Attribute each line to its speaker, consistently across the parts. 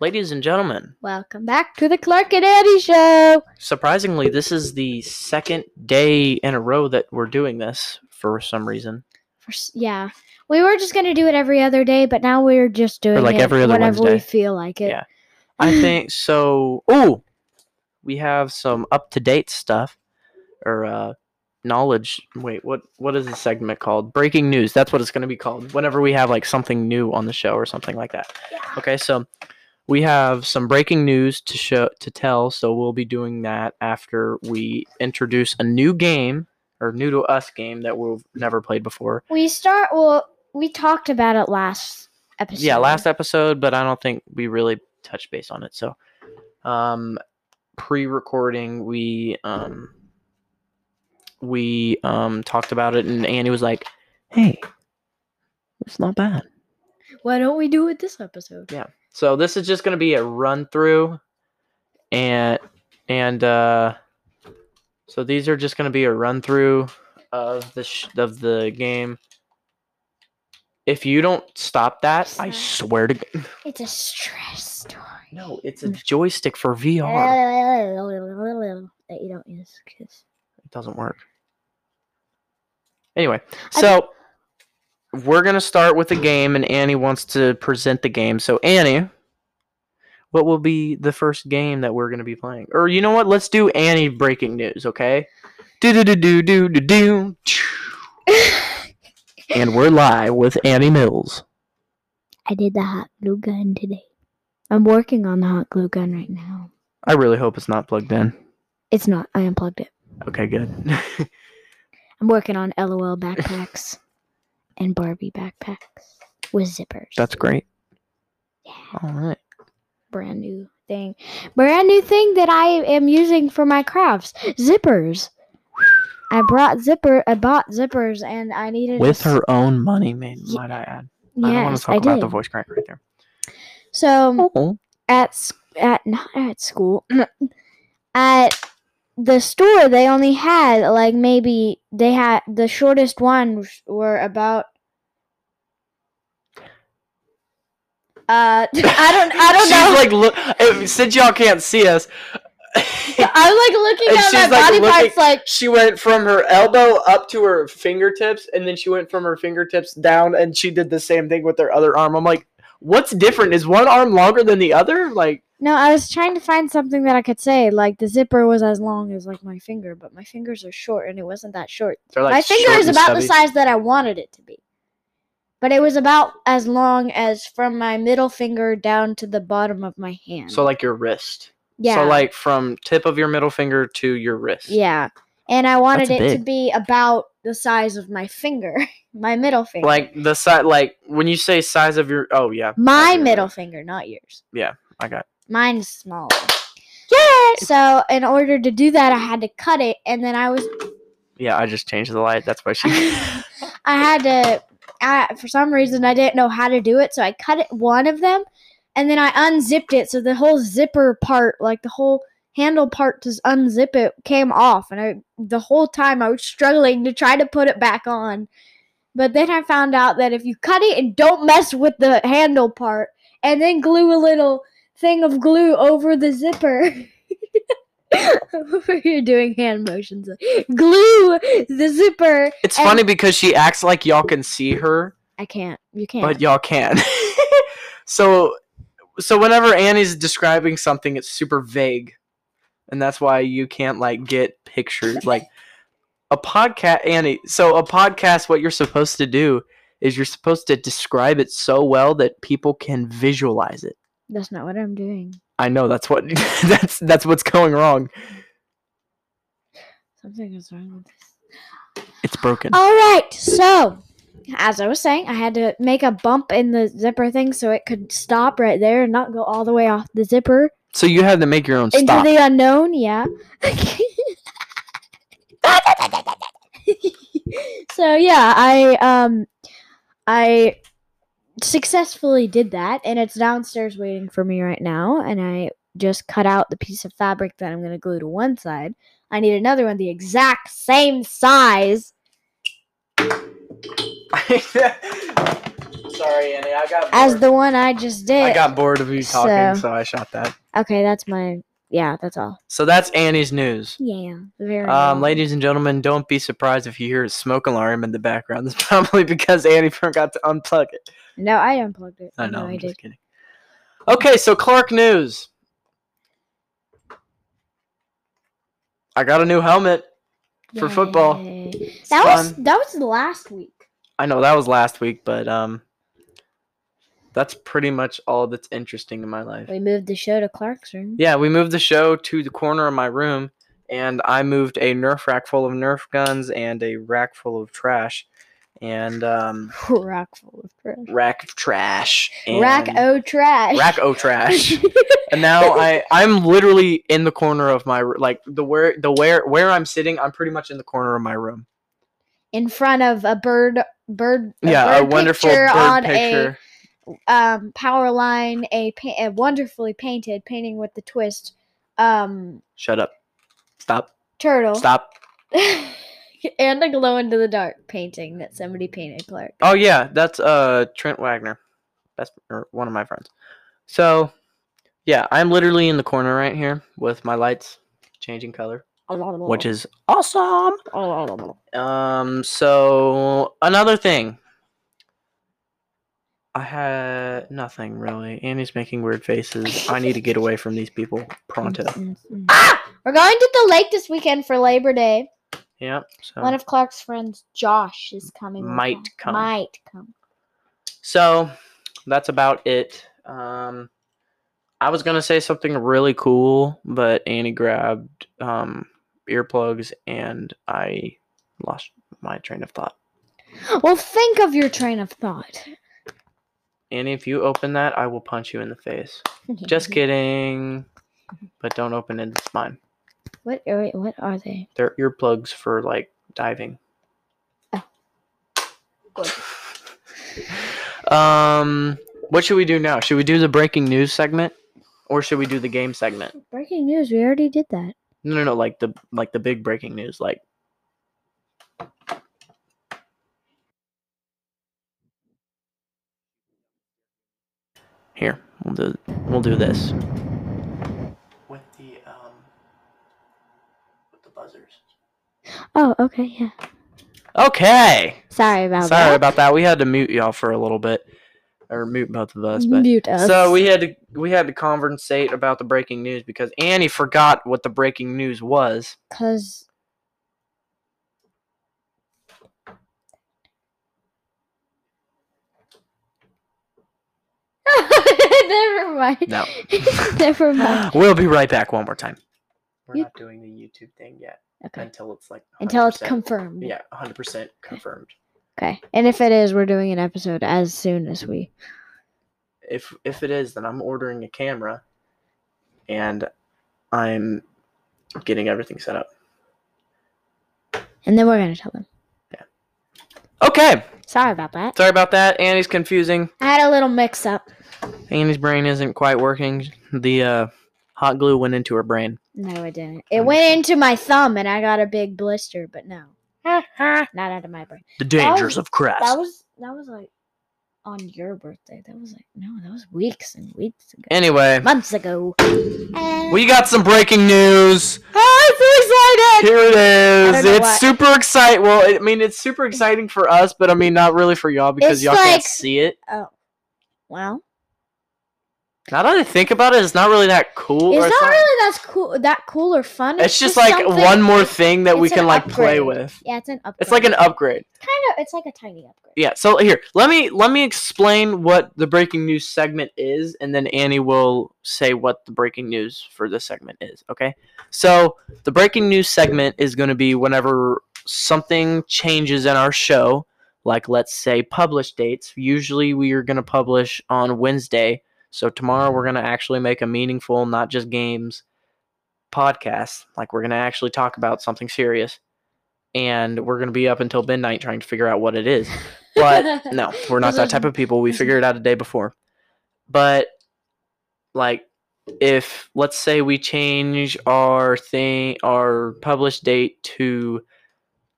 Speaker 1: Ladies and gentlemen,
Speaker 2: Welcome back to the Clark and Eddie Show.
Speaker 1: surprisingly, this is the second day in a row that we're doing this for some reason.
Speaker 2: For, s- yeah, we were just gonna do it every other day, but now we're just doing
Speaker 1: like
Speaker 2: it
Speaker 1: every other
Speaker 2: whenever we
Speaker 1: Wednesday.
Speaker 2: feel like it.
Speaker 1: Yeah. I think so. Ooh, we have some up to date stuff or uh, knowledge. Wait, what? What is the segment called? Breaking news. That's what it's going to be called. Whenever we have like something new on the show or something like that.
Speaker 2: Yeah.
Speaker 1: Okay, so we have some breaking news to show to tell. So we'll be doing that after we introduce a new game or new to us game that we've never played before.
Speaker 2: We start. Well, we talked about it last episode.
Speaker 1: yeah last episode but i don't think we really touched base on it so um pre-recording we um we um talked about it and annie was like hey it's not bad
Speaker 2: Why don't we do it this episode?
Speaker 1: so this is just going to be a run through and and uh so these are just going to be a run through of the sh- of the game if you don't stop that i
Speaker 2: Sorry.
Speaker 1: swear to g-
Speaker 2: It's a stress story.
Speaker 1: No, it's a joystick for VR.
Speaker 2: that you don't use 'cause-
Speaker 1: It doesn't work. Anyway, so we're going to start with a game, and Annie wants to present the game. So, Annie, what will be the first game that we're going to be playing? Or, you know what? Let's do Annie breaking news, okay? Do do do do do do do. And we're live with Annie Mills.
Speaker 2: I did the hot glue gun today. I'm working on the hot glue gun right now.
Speaker 1: I really hope it's not plugged in.
Speaker 2: It's not. I unplugged it.
Speaker 1: Okay, good.
Speaker 2: I'm working on LOL backpacks and Barbie backpacks with zippers.
Speaker 1: That's great.
Speaker 2: yeah,
Speaker 1: All right.
Speaker 2: brand new thing. Brand new thing that I am using for my crafts. Zippers. I brought zipper I bought zippers and I needed
Speaker 1: With
Speaker 2: s-
Speaker 1: her own money, may-
Speaker 2: Ye-
Speaker 1: might I add.
Speaker 2: Yes,
Speaker 1: I don't want to talk
Speaker 2: I Mm.
Speaker 1: about
Speaker 2: did.
Speaker 1: the voice crack right there.
Speaker 2: So
Speaker 1: Oh.
Speaker 2: at s- at not at school at the store they only had like maybe they had the shortest ones were about uh i don't i don't
Speaker 1: she's
Speaker 2: know
Speaker 1: like, look, eh, since y'all can't see us,
Speaker 2: i'm like looking
Speaker 1: And
Speaker 2: at my
Speaker 1: she's, like,
Speaker 2: body
Speaker 1: looking-
Speaker 2: parts like
Speaker 1: she went from her elbow up to her fingertips, and then she went from her fingertips down, and she did the same thing with her other arm. I'm like, what's different? Is one arm longer than the other? Like,
Speaker 2: no i was trying to find something that i could say like the zipper was as long as like my finger but my fingers are short and it wasn't that short
Speaker 1: they're like
Speaker 2: my finger
Speaker 1: short
Speaker 2: is
Speaker 1: and
Speaker 2: about the
Speaker 1: stubby.
Speaker 2: size that I wanted it to be. But it was about as long as from my middle finger down to the bottom of my hand.
Speaker 1: So like your wrist.
Speaker 2: yeah.
Speaker 1: So like from tip of your middle finger to your wrist.
Speaker 2: yeah. And I wanted
Speaker 1: That's
Speaker 2: it to
Speaker 1: big.
Speaker 2: be about the size of my finger, my middle finger.
Speaker 1: Like the size, like when you say size of your, oh yeah,
Speaker 2: my
Speaker 1: you're
Speaker 2: middle
Speaker 1: right.
Speaker 2: finger, not yours.
Speaker 1: I got.
Speaker 2: Mine's smaller. Yeah. So in order to do that, I had to cut it, and then I was
Speaker 1: Yeah, I just changed the light. That's why she.
Speaker 2: I had to. I, for some reason, I didn't know how to do it, so I cut it one of them, and then I unzipped it. So the whole zipper part, like the whole handle part to unzip it, came off, and I the whole time I was struggling to try to put it back on. But then I found out that if you cut it and don't mess with the handle part, and then glue a little thing of glue over the zipper. You're doing hand motions. Glue the zipper
Speaker 1: It's
Speaker 2: And-
Speaker 1: funny because she acts like y'all can see her,
Speaker 2: I can't. You can't.
Speaker 1: but y'all can. so, so whenever Annie's describing something, it's super vague, and that's why you can't like get pictures. Like a podcast, Annie. So a podcast, what you're supposed to do is you're supposed to describe it so well that people can visualize it.
Speaker 2: That's not what I'm doing.
Speaker 1: I know that's what that's that's what's going wrong.
Speaker 2: Something is wrong with this.
Speaker 1: It's broken.
Speaker 2: All right. So, as I was saying, I had to make a bump in the zipper thing so it could stop right there and not go all the way off the zipper
Speaker 1: So you had to make your own
Speaker 2: into
Speaker 1: stop.
Speaker 2: the unknown. Yeah. so yeah, I um, I successfully did that, and it's downstairs waiting for me right now, and I just cut out the piece of fabric that I'm going to glue to one side. I need another one the exact same size.
Speaker 1: Sorry, Annie. I got bored.
Speaker 2: as the one I just did.
Speaker 1: I got bored of you talking,
Speaker 2: so-
Speaker 1: so I shot that.
Speaker 2: okay, that's my yeah, that's all.
Speaker 1: So that's Annie's news.
Speaker 2: Yeah, very.
Speaker 1: Um,
Speaker 2: nice.
Speaker 1: ladies and gentlemen, don't be surprised if you hear a smoke alarm in the background. It's probably because Annie forgot to unplug it.
Speaker 2: No, I unplugged it.
Speaker 1: I know,
Speaker 2: I
Speaker 1: I'm
Speaker 2: did.
Speaker 1: just kidding. Okay, so Clark News. I got a new helmet. for football.
Speaker 2: Yay.
Speaker 1: It's
Speaker 2: That was
Speaker 1: fun.
Speaker 2: that was last week.
Speaker 1: I know that was last week, but um, that's pretty much all that's interesting in my life.
Speaker 2: We moved the show to Clark's room.
Speaker 1: Yeah, we moved the show to the corner of my room, and I moved a Nerf rack full of Nerf guns and a rack full of trash, and um,
Speaker 2: Rack full of trash.
Speaker 1: rack of trash, and
Speaker 2: Rack o trash.
Speaker 1: rack o trash. and now I I'm literally in the corner of my r- like the where the where where I'm sitting. I'm pretty much in the corner of my room.
Speaker 2: in front of a bird bird a
Speaker 1: yeah, a
Speaker 2: bird
Speaker 1: wonderful
Speaker 2: picture
Speaker 1: bird
Speaker 2: on
Speaker 1: picture.
Speaker 2: a um power line a, pa- a wonderfully painted painting with the twist um
Speaker 1: Shut up. Stop.
Speaker 2: turtle
Speaker 1: Stop.
Speaker 2: and a glow into the dark painting that somebody painted Clark.
Speaker 1: Oh yeah, that's uh Trent Wagner. That's or one of my friends. So, yeah, I'm literally in the corner right here with my lights changing color, which is awesome. Um so another thing. I had nothing really. Annie's making weird faces. I need to get away from these people pronto.
Speaker 2: Ah! We're going to the lake this weekend for Labor Day.
Speaker 1: Yep. So
Speaker 2: One of Clark's friends, Josh, is coming. with
Speaker 1: Might
Speaker 2: us.
Speaker 1: come.
Speaker 2: Might come.
Speaker 1: So that's about it. Um, I was gonna say something really cool, but Annie grabbed um, earplugs and I lost my train of thought.
Speaker 2: Well, think of your train of thought.
Speaker 1: Annie, if you open that, I will punch you in the face.
Speaker 2: Mm-hmm.
Speaker 1: Just kidding. But don't open it. It's mine.
Speaker 2: What are, what are they?
Speaker 1: They're earplugs for like diving. Um, what should we do now? Should we do the breaking news segment, or should we do the game segment?
Speaker 2: Breaking news. We already did that.
Speaker 1: No, no, no. Like the like the big breaking news. Like here, we'll do we'll do this with the um with the buzzers.
Speaker 2: Oh, okay, yeah.
Speaker 1: Okay.
Speaker 2: Sorry about
Speaker 1: Sorry
Speaker 2: that.
Speaker 1: about that. We had to mute y'all for a little bit, or mute both of us. But
Speaker 2: Mute us.
Speaker 1: so we had to we had to conversate about the breaking news because Annie forgot what the breaking news was.
Speaker 2: Cause Never mind.
Speaker 1: No.
Speaker 2: Never mind.
Speaker 1: We'll be right back one more time. We're
Speaker 2: You-
Speaker 1: not doing the YouTube thing yet
Speaker 2: Okay.
Speaker 1: until it's like
Speaker 2: Until it's
Speaker 1: 100%
Speaker 2: confirmed.
Speaker 1: yeah, hundred percent confirmed.
Speaker 2: Okay. And if it is, we're doing an episode as soon as we.
Speaker 1: If if it is, then I'm ordering a camera, and I'm getting everything set up.
Speaker 2: And then we're gonna tell them.
Speaker 1: Okay,
Speaker 2: Sorry about that.
Speaker 1: sorry about that. Annie's confusing.
Speaker 2: I had a little mix up.
Speaker 1: Annie's brain isn't quite working. The uh, hot glue went into her brain.
Speaker 2: No, I didn't. It went into my thumb, and I got a big blister. But no, not out of my brain.
Speaker 1: The dangers
Speaker 2: was-
Speaker 1: of crafts.
Speaker 2: That was that was like on your birthday. That was like no, that was weeks and weeks ago,
Speaker 1: anyway,
Speaker 2: months ago. And
Speaker 1: we got some breaking news.
Speaker 2: I'm so excited.
Speaker 1: Here it is.
Speaker 2: don't know
Speaker 1: It's
Speaker 2: what-
Speaker 1: super exciting. Well, I mean, it's super exciting for us, but I mean, not really for y'all because
Speaker 2: It's
Speaker 1: y'all can't
Speaker 2: like-
Speaker 1: see it.
Speaker 2: Oh. Well,
Speaker 1: Now that I think about it, it's not really that cool.
Speaker 2: it's
Speaker 1: or
Speaker 2: not really that's cool, that cool or fun.
Speaker 1: It's, just, like
Speaker 2: something-
Speaker 1: one more thing that we
Speaker 2: it's an
Speaker 1: can like play
Speaker 2: upgrade.
Speaker 1: with.
Speaker 2: Yeah, it's an upgrade.
Speaker 1: It's like an upgrade.
Speaker 2: kind of. It's like a tiny upgrade.
Speaker 1: Yeah. So here, let me let me explain what the breaking news segment is, and then Annie will say what the breaking news for this segment is. Okay. So the breaking news segment is going to be whenever something changes in our show, like let's say publish dates. Usually we are going to publish on Wednesday. So tomorrow we're going to actually make a meaningful, not just games podcast. Like we're going to actually talk about something serious. And we're going to be up until midnight trying to figure out what it is. But no, we're not that type of people. We figured it out a day before. But like if let's say we change our thing our publish date to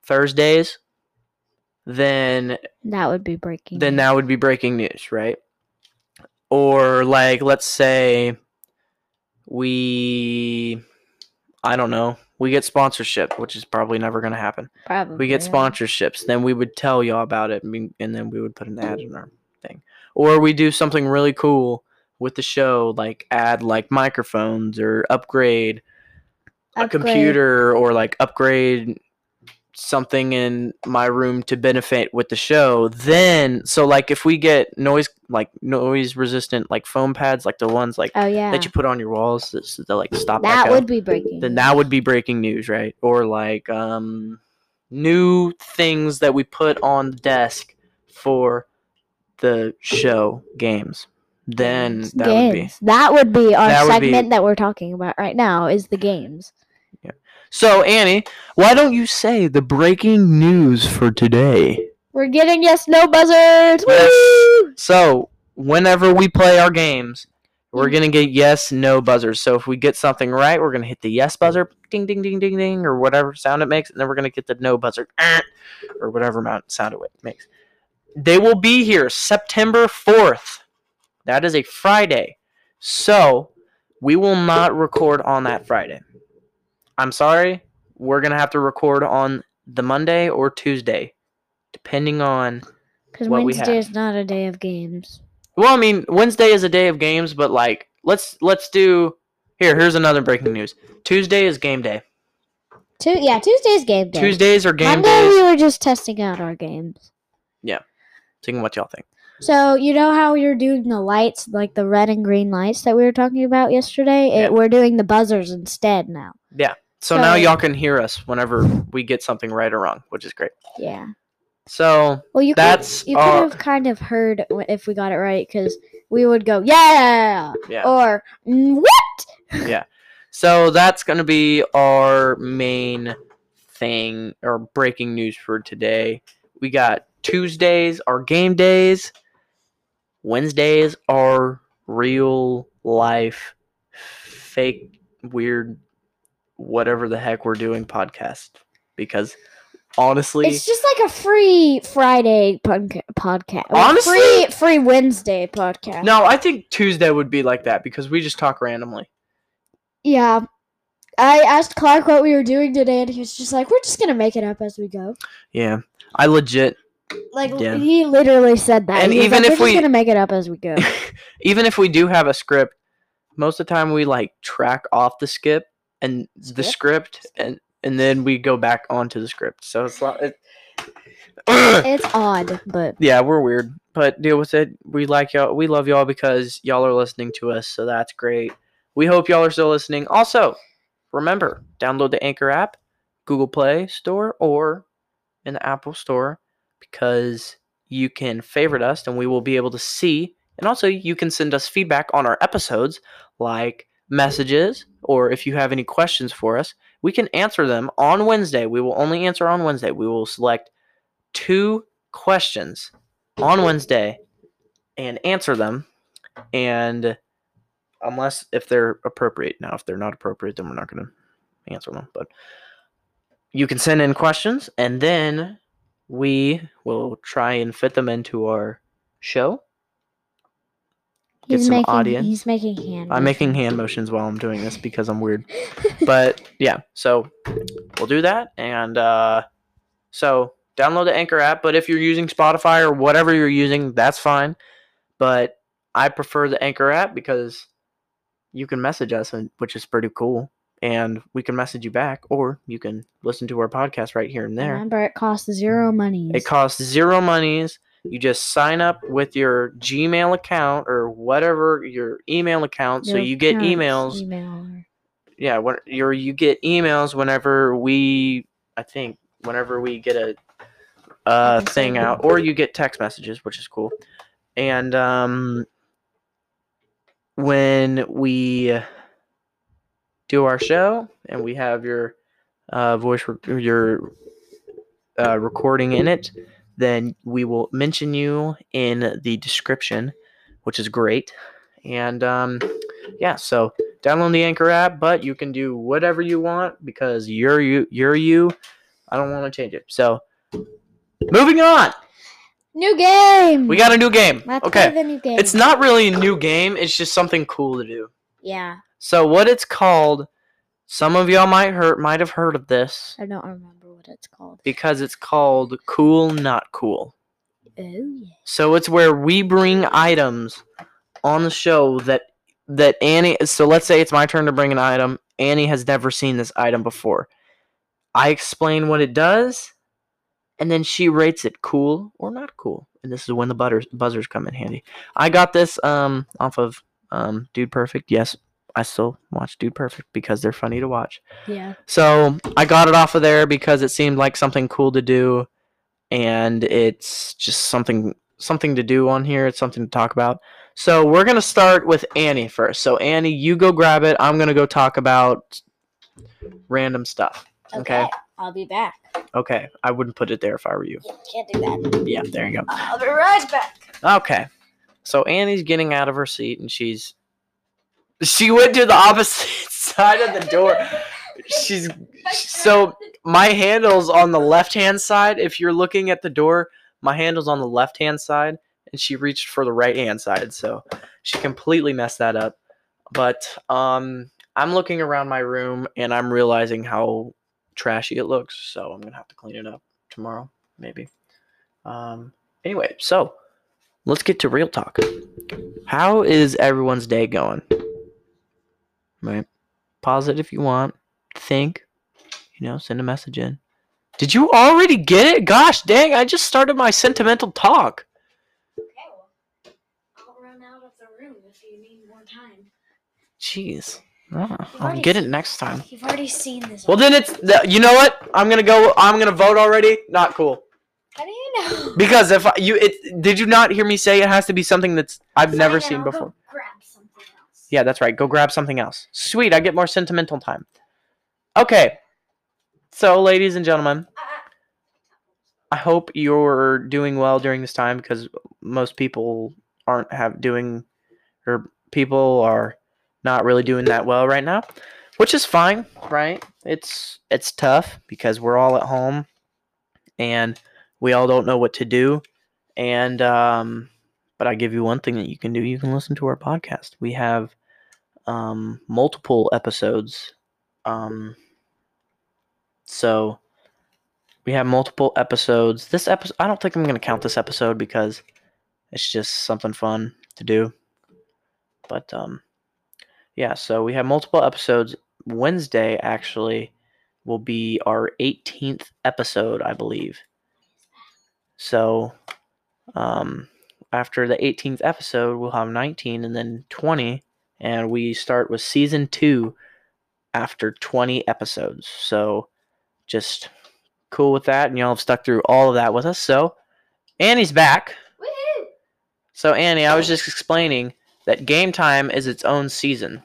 Speaker 1: Thursdays, then
Speaker 2: That would be breaking.
Speaker 1: then
Speaker 2: news.
Speaker 1: that would be breaking news, right? Or like let's say we I don't know, we get sponsorship, which is probably never going to happen.
Speaker 2: probably
Speaker 1: We get
Speaker 2: yeah.
Speaker 1: sponsorships, then we would tell y'all about it and we- and then we would put an ad in our thing. Or we do something really cool with the show like add like microphones or upgrade a
Speaker 2: Upgrade.
Speaker 1: computer or like upgrade something in my room to benefit with the show then so like if we get noise like noise resistant like foam pads like the ones like
Speaker 2: Oh yeah,
Speaker 1: that you put on your walls that, that like stop
Speaker 2: that
Speaker 1: echo,
Speaker 2: would be breaking.
Speaker 1: then that would be breaking news right or like um new things that we put on the desk for the show games then that would be
Speaker 2: games. That would be our
Speaker 1: That would be-
Speaker 2: segment that we're talking about right now is the games.
Speaker 1: So, Annie, why don't you say the breaking news for today?
Speaker 2: We're getting yes no buzzards.
Speaker 1: Yes.
Speaker 2: Woo!
Speaker 1: So, whenever we play our games, we're
Speaker 2: Mhm.
Speaker 1: going to get yes, no buzzers. So, if we get something right, we're going to hit the yes buzzer, ding, ding, ding, ding, ding, or whatever sound it makes. And then we're going to get the no buzzer, "Eh," or whatever amount sound it makes. They will be here September 4th. That is a Friday. So, we will not record on that Friday. I'm sorry. We're going to have to record on the Monday or Tuesday, depending on
Speaker 2: Because
Speaker 1: What we
Speaker 2: Wednesday
Speaker 1: have.
Speaker 2: is not a day of games.
Speaker 1: Well, I mean, Wednesday is a day of games, but like let's let's do here, here's another breaking news. Tuesday is game day.
Speaker 2: Tu- yeah, Tuesday's game day.
Speaker 1: Tuesdays are game
Speaker 2: Monday
Speaker 1: days.
Speaker 2: we were just testing out our games.
Speaker 1: Thinking what y'all think.
Speaker 2: So you know how you're doing the lights, like the red and green lights that we were talking about yesterday.
Speaker 1: Yeah.
Speaker 2: It, we're doing the buzzers instead now.
Speaker 1: So now
Speaker 2: So-
Speaker 1: y'all can hear us whenever we get something right or wrong, which is great.
Speaker 2: Yeah.
Speaker 1: So
Speaker 2: Well, you
Speaker 1: That's uh,
Speaker 2: could, you
Speaker 1: our-
Speaker 2: could have kind of heard wh- if we got it right because we would go yeah,
Speaker 1: Yeah.
Speaker 2: or "Mm, what?
Speaker 1: so that's gonna be our main thing or breaking news for today. We got Tuesdays are game days. Wednesdays are real life fake weird whatever the heck we're doing podcast because honestly
Speaker 2: It's just like a free Friday podca- podcast. or
Speaker 1: Honestly-
Speaker 2: free free Wednesday podcast.
Speaker 1: no i think tuesday would be like that because we just talk randomly
Speaker 2: Yeah. I asked Clark what we were doing today, and he was just like, "We're just gonna make it up as we go."
Speaker 1: yeah i legit
Speaker 2: Like l-
Speaker 1: Yeah.
Speaker 2: he literally said that.
Speaker 1: And
Speaker 2: He was
Speaker 1: even
Speaker 2: like,
Speaker 1: if
Speaker 2: we're
Speaker 1: we-
Speaker 2: just gonna make it up as we go,
Speaker 1: even if we do have a script, most of the time we like track off the skip and the script, and and then we go back onto the script. So it's not. It,
Speaker 2: it's odd, but
Speaker 1: yeah, we're weird, but deal with it. We like y'all. We love y'all because y'all are listening to us, so that's great. We hope y'all are still listening. Also, remember, download the Anchor app, Google Play Store, or in the Apple Store because you can favorite us and we will be able to see. And also, you can send us feedback on our episodes, like messages, or if you have any questions for us, we can answer them on Wednesday. We will only answer on Wednesday. We will select two questions on Wednesday and answer them. And unless if they're appropriate, now if they're not appropriate, then we're not going to answer them. But you can send in questions and then we will try and fit them into our show. Get
Speaker 2: he's
Speaker 1: some
Speaker 2: making
Speaker 1: audience.
Speaker 2: he's making hand.
Speaker 1: I'm making
Speaker 2: motions.
Speaker 1: hand motions while I'm doing this because I'm weird. But yeah, so we'll do that. And uh, so download the Anchor app. But if you're using Spotify or whatever you're using, that's fine. But I prefer the Anchor app because you can message us, and, which is pretty cool. And we can message you back, or you can listen to our podcast right here and there.
Speaker 2: Remember, it costs zero money.
Speaker 1: It costs zero monies. You just sign up with your Gmail account or whatever your email account, so
Speaker 2: Your
Speaker 1: you get
Speaker 2: parents'
Speaker 1: emails.
Speaker 2: Email. or-
Speaker 1: Yeah, when you you get emails whenever we, I think, whenever we get a uh,
Speaker 2: think so.
Speaker 1: thing out, or you get text messages, which is cool. And um, when we do our show and we have your uh, voice, re- your uh, recording in it, then we will mention you in the description, which is great. And um, yeah, so download the Anchor app, but you can do whatever you want because you're you you're you. I don't want to change it. So moving on.
Speaker 2: New game.
Speaker 1: We got a new game.
Speaker 2: Let's
Speaker 1: okay.
Speaker 2: play the new game.
Speaker 1: It's not really a new game, it's just something cool to do.
Speaker 2: Yeah,
Speaker 1: So what it's called, some of y'all might heard might have heard of this
Speaker 2: I don't remember what it's called.
Speaker 1: because it's called cool not cool.
Speaker 2: Oh yeah.
Speaker 1: So it's where we bring items on the show that that Annie so let's say it's my turn to bring an item. Annie has never seen this item before. I explain what it does and then she rates it cool or not cool. And this is when the butters, buzzers come in handy. I got this um off of um Dude Perfect. Yes, I still watch Dude Perfect because they're funny to watch.
Speaker 2: Yeah.
Speaker 1: So I got it off of there because it seemed like something cool to do, and it's just something something to do on here. It's something to talk about. So we're gonna start with Annie first. So Annie, you go grab it. I'm gonna go talk about random stuff. Okay.
Speaker 2: I'll be back.
Speaker 1: Okay. I wouldn't put it there if I were you.
Speaker 2: You can't do that.
Speaker 1: Yeah. There you go.
Speaker 2: I'll be right back.
Speaker 1: Okay. So Annie's getting out of her seat and she's she went to the opposite side of the door. She's so my handle's on the left hand side. If you're looking at the door, my handle's on the left hand side, and she reached for the right hand side, so she completely messed that up. But um, I'm looking around my room and I'm realizing how trashy it looks, so I'm gonna have to clean it up tomorrow, maybe. Um, anyway, so let's get to real talk. How is everyone's day going? Right, pause it if you want. Think, you know, send a message in. Did you already get it? Gosh dang, I just started my sentimental talk.
Speaker 2: Okay. Well, I'll run out of the room if you need more time.
Speaker 1: Jeez. Ah, I'll get it next time.
Speaker 2: You've already seen this.
Speaker 1: Well, then it's. The, you know what? I'm gonna go. I'm gonna vote already. Not cool.
Speaker 2: How do you know?
Speaker 1: Because if I, you, it did you not hear me say it has to be something that's I've never seen before.
Speaker 2: grab something else.
Speaker 1: Yeah, that's right. Go grab something else. Sweet, I get more sentimental time. Okay. So, ladies and gentlemen,
Speaker 2: Uh,
Speaker 1: I hope you're doing well during this time because most people aren't have doing or people are not really doing that well right now, which is fine, right? It's it's tough because we're all at home and we all don't know what to do. And um but I give you one thing that you can do. You can listen to our podcast. We have um multiple episodes um so we have multiple episodes. This episode, I don't think I'm going to count this episode because it's just something fun to do. But um, yeah, so we have multiple episodes. Wednesday actually will be our 18th episode, I believe. So um, after the 18th episode, we'll have 19 and then 20, and we start with season two after 20 episodes. So just cool with that, and y'all have stuck through all of that with us. So, Annie's back.
Speaker 2: Woohoo!
Speaker 1: So, Annie, I was just explaining that Game Time is its own season,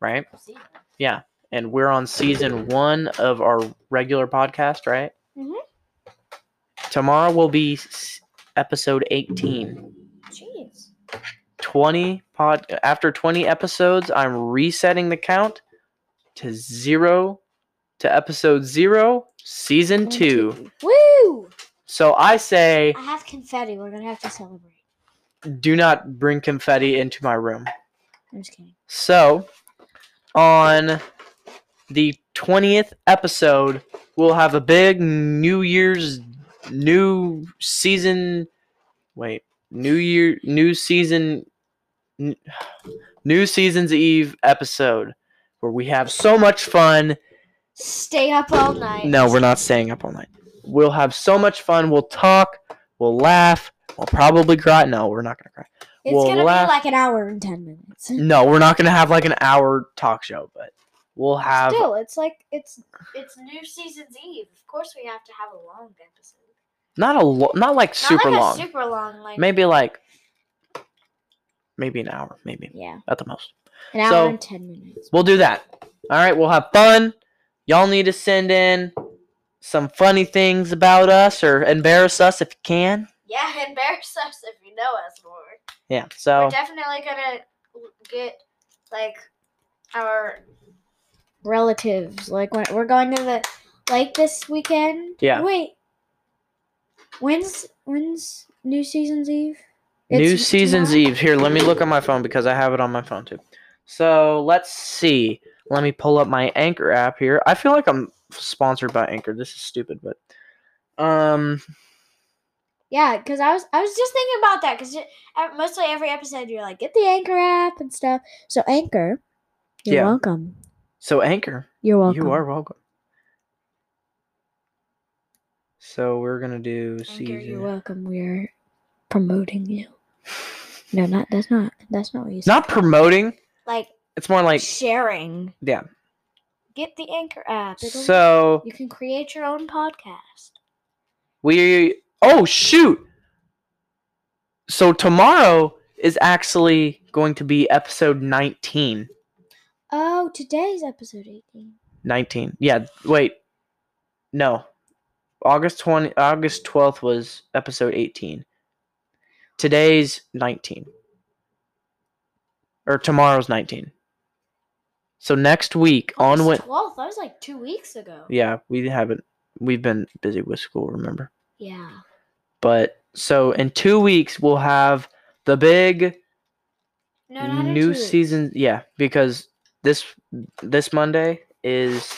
Speaker 1: right?
Speaker 2: See?
Speaker 1: Yeah. And we're on season one of our regular podcast, right?
Speaker 2: Mhm.
Speaker 1: Tomorrow will be s- episode 18.
Speaker 2: Jeez.
Speaker 1: 20 pod after 20 episodes i'm resetting the count to zero to episode zero season two
Speaker 2: Woo!
Speaker 1: so i say
Speaker 2: I have confetti. We're gonna have to celebrate.
Speaker 1: do not bring confetti into my room
Speaker 2: I'm just kidding.
Speaker 1: so on the 20th episode we'll have a big new year's new season wait new year new season n- new season's eve episode where we have so much fun
Speaker 2: Stay up all night.
Speaker 1: no we're not staying up all night we'll have so much fun we'll talk we'll laugh we'll probably cry no we're not gonna cry
Speaker 2: It's
Speaker 1: we'll
Speaker 2: gonna
Speaker 1: laugh.
Speaker 2: be like an hour and ten minutes.
Speaker 1: no we're not gonna have like an hour talk show but we'll have
Speaker 2: Still, it's like it's it's New Season's Eve. Of course, we have to have a long episode.
Speaker 1: not a lo- not like
Speaker 2: Not
Speaker 1: super
Speaker 2: like
Speaker 1: long
Speaker 2: A super long, like
Speaker 1: maybe like maybe an hour maybe
Speaker 2: yeah,
Speaker 1: at the most
Speaker 2: an hour
Speaker 1: So-
Speaker 2: and ten minutes.
Speaker 1: we'll do that all right we'll have fun y'all need to send in some funny things about us or embarrass us if you can
Speaker 2: Yeah, embarrass us if you know us more.
Speaker 1: yeah so
Speaker 2: We're definitely gonna get like our relatives. Like when we're going to the lake this weekend.
Speaker 1: Yeah.
Speaker 2: Wait. When's when's New Season's Eve?
Speaker 1: New
Speaker 2: It's
Speaker 1: season's
Speaker 2: tomorrow?
Speaker 1: eve. Here, let me look on my phone because I have it on my phone too. So let's see. Let me pull up my Anchor app here. I feel like I'm sponsored by Anchor. This is stupid, but um,
Speaker 2: Yeah, because I was I was just thinking about that because mostly every episode you're like get the Anchor app and stuff. So Anchor, you're
Speaker 1: Yeah.
Speaker 2: welcome.
Speaker 1: so Anchor,
Speaker 2: You're welcome.
Speaker 1: you are welcome. So we're gonna do
Speaker 2: Anchor, you're
Speaker 1: season.
Speaker 2: welcome. We're promoting you. No, not that's not that's not what you said.
Speaker 1: Not promoting.
Speaker 2: like
Speaker 1: It's more like
Speaker 2: sharing.
Speaker 1: yeah.
Speaker 2: Get the Anchor app. It'll-
Speaker 1: So
Speaker 2: you can create your own podcast.
Speaker 1: We oh shoot. So tomorrow is actually going to be episode 19.
Speaker 2: Oh, today's episode 18.
Speaker 1: 19. Yeah, wait. No. August 20 August 12th was episode 18. Today's 19. Or tomorrow's 19. So next week on Wed.
Speaker 2: 12th. That was like two weeks ago.
Speaker 1: Yeah, we haven't we've been busy with school, remember?
Speaker 2: Yeah.
Speaker 1: But so in 2 weeks we'll have the big
Speaker 2: No, not in two
Speaker 1: new
Speaker 2: weeks.
Speaker 1: season yeah because this this monday is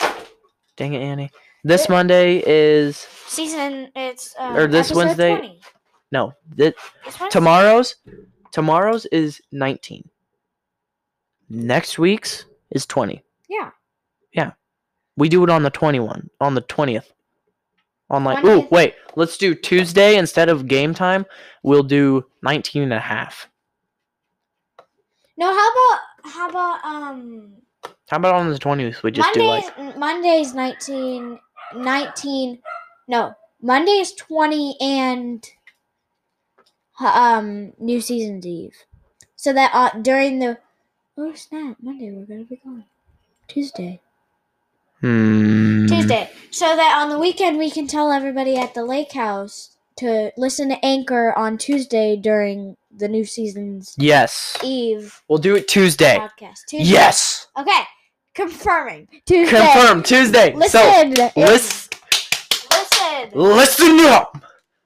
Speaker 1: dang it annie this
Speaker 2: Thi-
Speaker 1: monday is
Speaker 2: Season. It's uh,
Speaker 1: Or this
Speaker 2: episode
Speaker 1: Wednesday-
Speaker 2: 20.
Speaker 1: no thi-
Speaker 2: It's Wednesday.
Speaker 1: tomorrow's tomorrow's is 19 next week's is 20
Speaker 2: Yeah.
Speaker 1: we do it on the 21 on the 20th on like ooh
Speaker 2: 20th.
Speaker 1: wait let's do tuesday instead of game time we'll do 19 and a half
Speaker 2: No, how about how about um
Speaker 1: how about on the 20th we just do like
Speaker 2: Monday's Monday's 19 19 no, Monday's 20 and um New Season's Eve. So that uh, during the Oh snap, Monday we're going to be gone. Tuesday.
Speaker 1: hmm,
Speaker 2: Tuesday. So that on the weekend we can tell everybody at the lake house to listen to Anchor on Tuesday during the New Season's
Speaker 1: yes
Speaker 2: Eve
Speaker 1: we'll do it tuesday
Speaker 2: podcast. Uh, Tuesday.
Speaker 1: yes
Speaker 2: Okay. Confirming. Tuesday.
Speaker 1: Confirmed Tuesday. So
Speaker 2: Listen. in-
Speaker 1: listen,
Speaker 2: listen.
Speaker 1: listen up.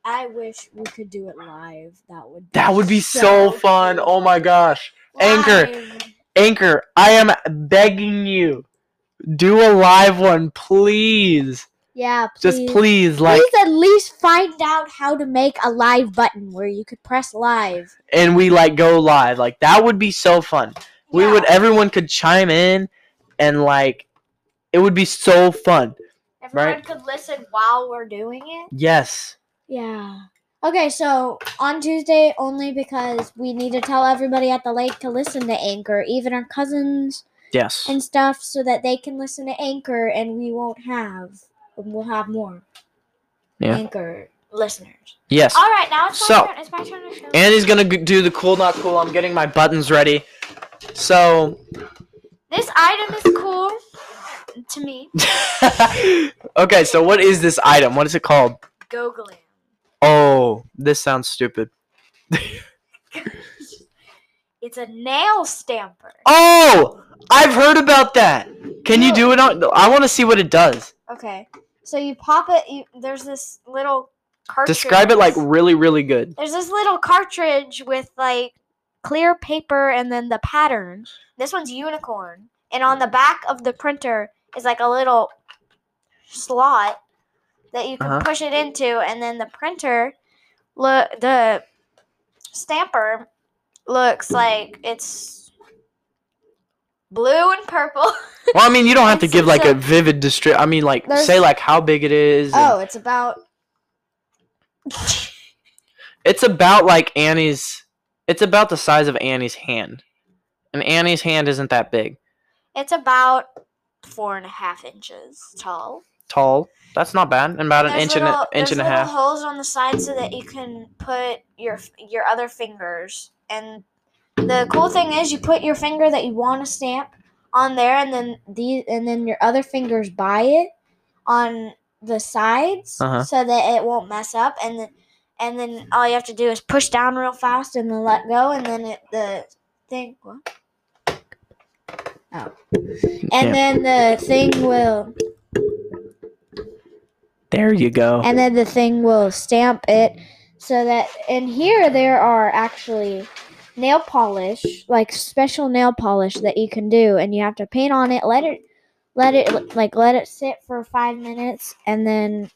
Speaker 2: I wish we could do it live. That would be
Speaker 1: That would be so fun.
Speaker 2: cool.
Speaker 1: Oh my gosh, Anchor.
Speaker 2: Live.
Speaker 1: Anchor, I am begging you, do a live one, please.
Speaker 2: Yeah, please.
Speaker 1: Just please, like,
Speaker 2: please at least find out how to make a live button where you could press live.
Speaker 1: and we like go live. Like that would be so fun. We
Speaker 2: Yeah.
Speaker 1: would. Everyone could chime in, and like, it would be so fun.
Speaker 2: Everyone
Speaker 1: right.
Speaker 2: could listen while we're doing it.
Speaker 1: Yes.
Speaker 2: Yeah. Okay, so on Tuesday only because we need to tell everybody at the lake to listen to Anchor, even our cousins
Speaker 1: Yes.
Speaker 2: and stuff, so that they can listen to Anchor and we won't have, we'll have more
Speaker 1: Yeah.
Speaker 2: Anchor listeners.
Speaker 1: Yes.
Speaker 2: All right, now it's my
Speaker 1: So-
Speaker 2: turn. It's my turn to show.
Speaker 1: Annie's gonna g- do the cool, not cool. I'm getting my buttons ready. So
Speaker 2: this item is cool to me.
Speaker 1: okay, so what is this item? What is it called?
Speaker 2: Gogolin.
Speaker 1: Oh, this sounds stupid.
Speaker 2: It's a nail stamper.
Speaker 1: Oh, I've heard about that. Can you do it on? I want to see what it does.
Speaker 2: Okay, so you pop it. You, there's this little cartridge.
Speaker 1: Describe it like really, really good.
Speaker 2: There's this little cartridge with like clear paper and then the pattern. This one's unicorn, and on the back of the printer is like a little slot that you can
Speaker 1: Uh-huh.
Speaker 2: push it into, and then the printer look the stamper looks like it's blue and purple.
Speaker 1: Well, I mean, you don't have to
Speaker 2: It's
Speaker 1: give like a
Speaker 2: such a-
Speaker 1: vivid distri. I mean, like
Speaker 2: There's- Oh.
Speaker 1: say like how big it is. and-
Speaker 2: it's about
Speaker 1: It's about like Annie's. It's about the size of Annie's hand, and Annie's hand isn't that big.
Speaker 2: it's about four and a half inches tall.
Speaker 1: Tall. That's not bad. And about an inch and a, inch
Speaker 2: there's
Speaker 1: and a
Speaker 2: little
Speaker 1: half.
Speaker 2: holes on the side so that you can put your f- your other fingers. And the cool thing is, you put your finger that you want to stamp on there, and then these, and then your other fingers by it on the sides
Speaker 1: Uh-huh.
Speaker 2: so that it won't mess up. And then, and then all you have to do is push down real fast and then let go, and then it the thing. What? Oh. And
Speaker 1: Yeah.
Speaker 2: then the thing will
Speaker 1: There you go.
Speaker 2: and then the thing will stamp it so that in here there are actually nail polish, like special nail polish that you can do and you have to paint on it, let it let it like let it sit for 5 minutes and then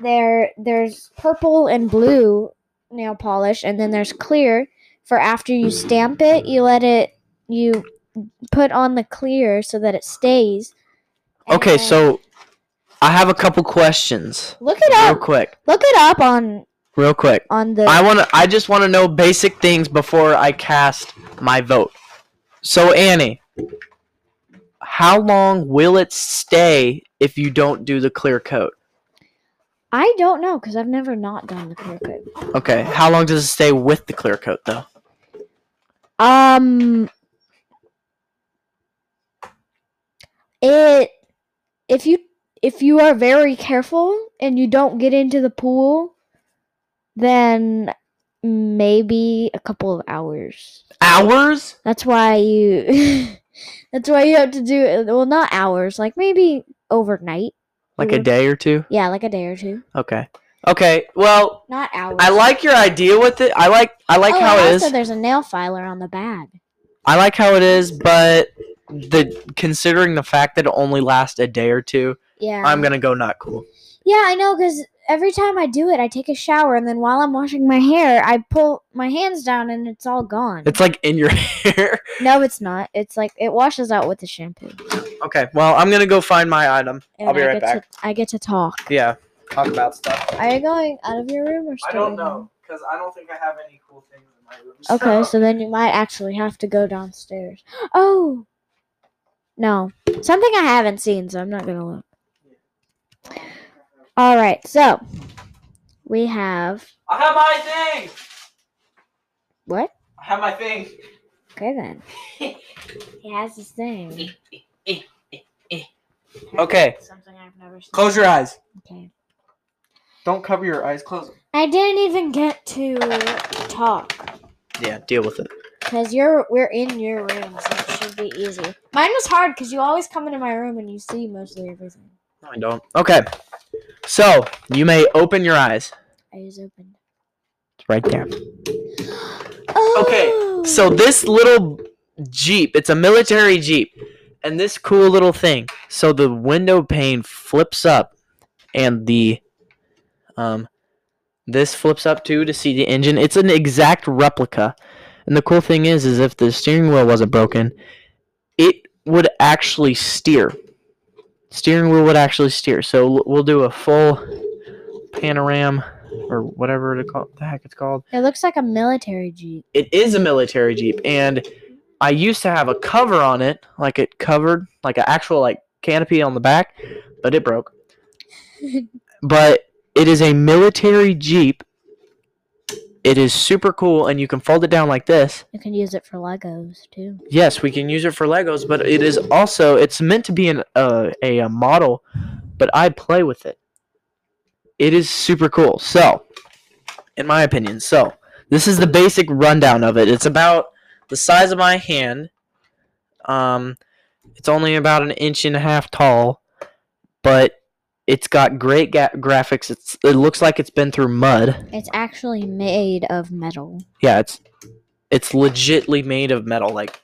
Speaker 2: there there's purple and blue nail polish and then there's clear for after you stamp it, you let it you put on the clear so that it stays. and
Speaker 1: Okay,
Speaker 2: then-
Speaker 1: so I have a couple questions.
Speaker 2: look it
Speaker 1: Real
Speaker 2: up.
Speaker 1: quick.
Speaker 2: Look it up on
Speaker 1: Real quick.
Speaker 2: on the.
Speaker 1: I want to I just want to know basic things before I cast my vote. So Annie, how long will it stay if you don't do the clear coat?
Speaker 2: I don't know because I've never not done the clear coat.
Speaker 1: Okay, how long does it stay with the clear coat though?
Speaker 2: Um, it if you if you are very careful and you don't get into the pool, then maybe a couple of hours.
Speaker 1: Hours?
Speaker 2: That's why you. that's why you have to do it. Well, not hours, like maybe overnight.
Speaker 1: Like a
Speaker 2: Mhm.
Speaker 1: day or two?
Speaker 2: Yeah, like a day or two.
Speaker 1: Okay. Okay, well,
Speaker 2: Not hours.
Speaker 1: I like your idea with it. I like I like
Speaker 2: oh,
Speaker 1: how
Speaker 2: and
Speaker 1: it
Speaker 2: also
Speaker 1: is.
Speaker 2: there's a nail filer on the bag.
Speaker 1: I like how it is, but the considering the fact that it only lasts a day or two,
Speaker 2: Yeah.
Speaker 1: I'm gonna go not cool.
Speaker 2: Yeah, I know because every time I do it, I take a shower and then while I'm washing my hair, I pull my hands down and it's all gone.
Speaker 1: It's like in your hair.
Speaker 2: no, it's not. It's like it washes out with the shampoo.
Speaker 1: okay, well I'm gonna go find my item.
Speaker 2: And
Speaker 1: I'll be
Speaker 2: I
Speaker 1: right
Speaker 2: get
Speaker 1: back.
Speaker 2: To, I get to talk.
Speaker 1: Yeah, talk about stuff.
Speaker 2: Are you going out of your room or?
Speaker 1: I don't
Speaker 2: staying?
Speaker 1: know because I don't think I have any cool things in my room.
Speaker 2: Okay, so then you might actually have to go downstairs. Oh, no, something I haven't seen, so I'm not gonna look. All right, so we have
Speaker 1: I have my thing.
Speaker 2: what?
Speaker 1: I have my thing.
Speaker 2: Okay then. he has his thing.
Speaker 1: Okay.
Speaker 2: Something I've never seen.
Speaker 1: Close your eyes.
Speaker 2: Okay.
Speaker 1: Don't cover your eyes. Close. them.
Speaker 2: I didn't even get to talk
Speaker 1: Yeah, deal with it.
Speaker 2: because you're we're in your room, so it should be easy. Mine was hard because you always come into my room and you see mostly everything.
Speaker 1: No, I don't. Okay. So you may open your eyes.
Speaker 2: I just opened.
Speaker 1: It's right there.
Speaker 2: Oh!
Speaker 1: So this little Jeep, it's a military Jeep, and this cool little thing. So the window pane flips up, and the um, this flips up too to see the engine. It's an exact replica, and the cool thing is, is if the steering wheel wasn't broken, it would actually steer. Steering wheel would actually steer. So l- we'll do a full panorama or whatever to call the heck it's called
Speaker 2: it looks like a military jeep.
Speaker 1: it is a military jeep and i used to have a cover on it like it covered like an actual like canopy on the back but it broke but it is a military jeep it is super cool and you can fold it down like this
Speaker 2: You can use it for Legos too.
Speaker 1: yes we can use it for legos but it is also it's meant to be an uh, a, uh model but i play with it it is super cool so in my opinion so this is the basic rundown of it it's about the size of my hand um it's only about an inch and a half tall but it's got great ga- graphics it's it looks like it's been through mud
Speaker 2: It's actually made of metal.
Speaker 1: yeah, it's it's legitly made of metal. Like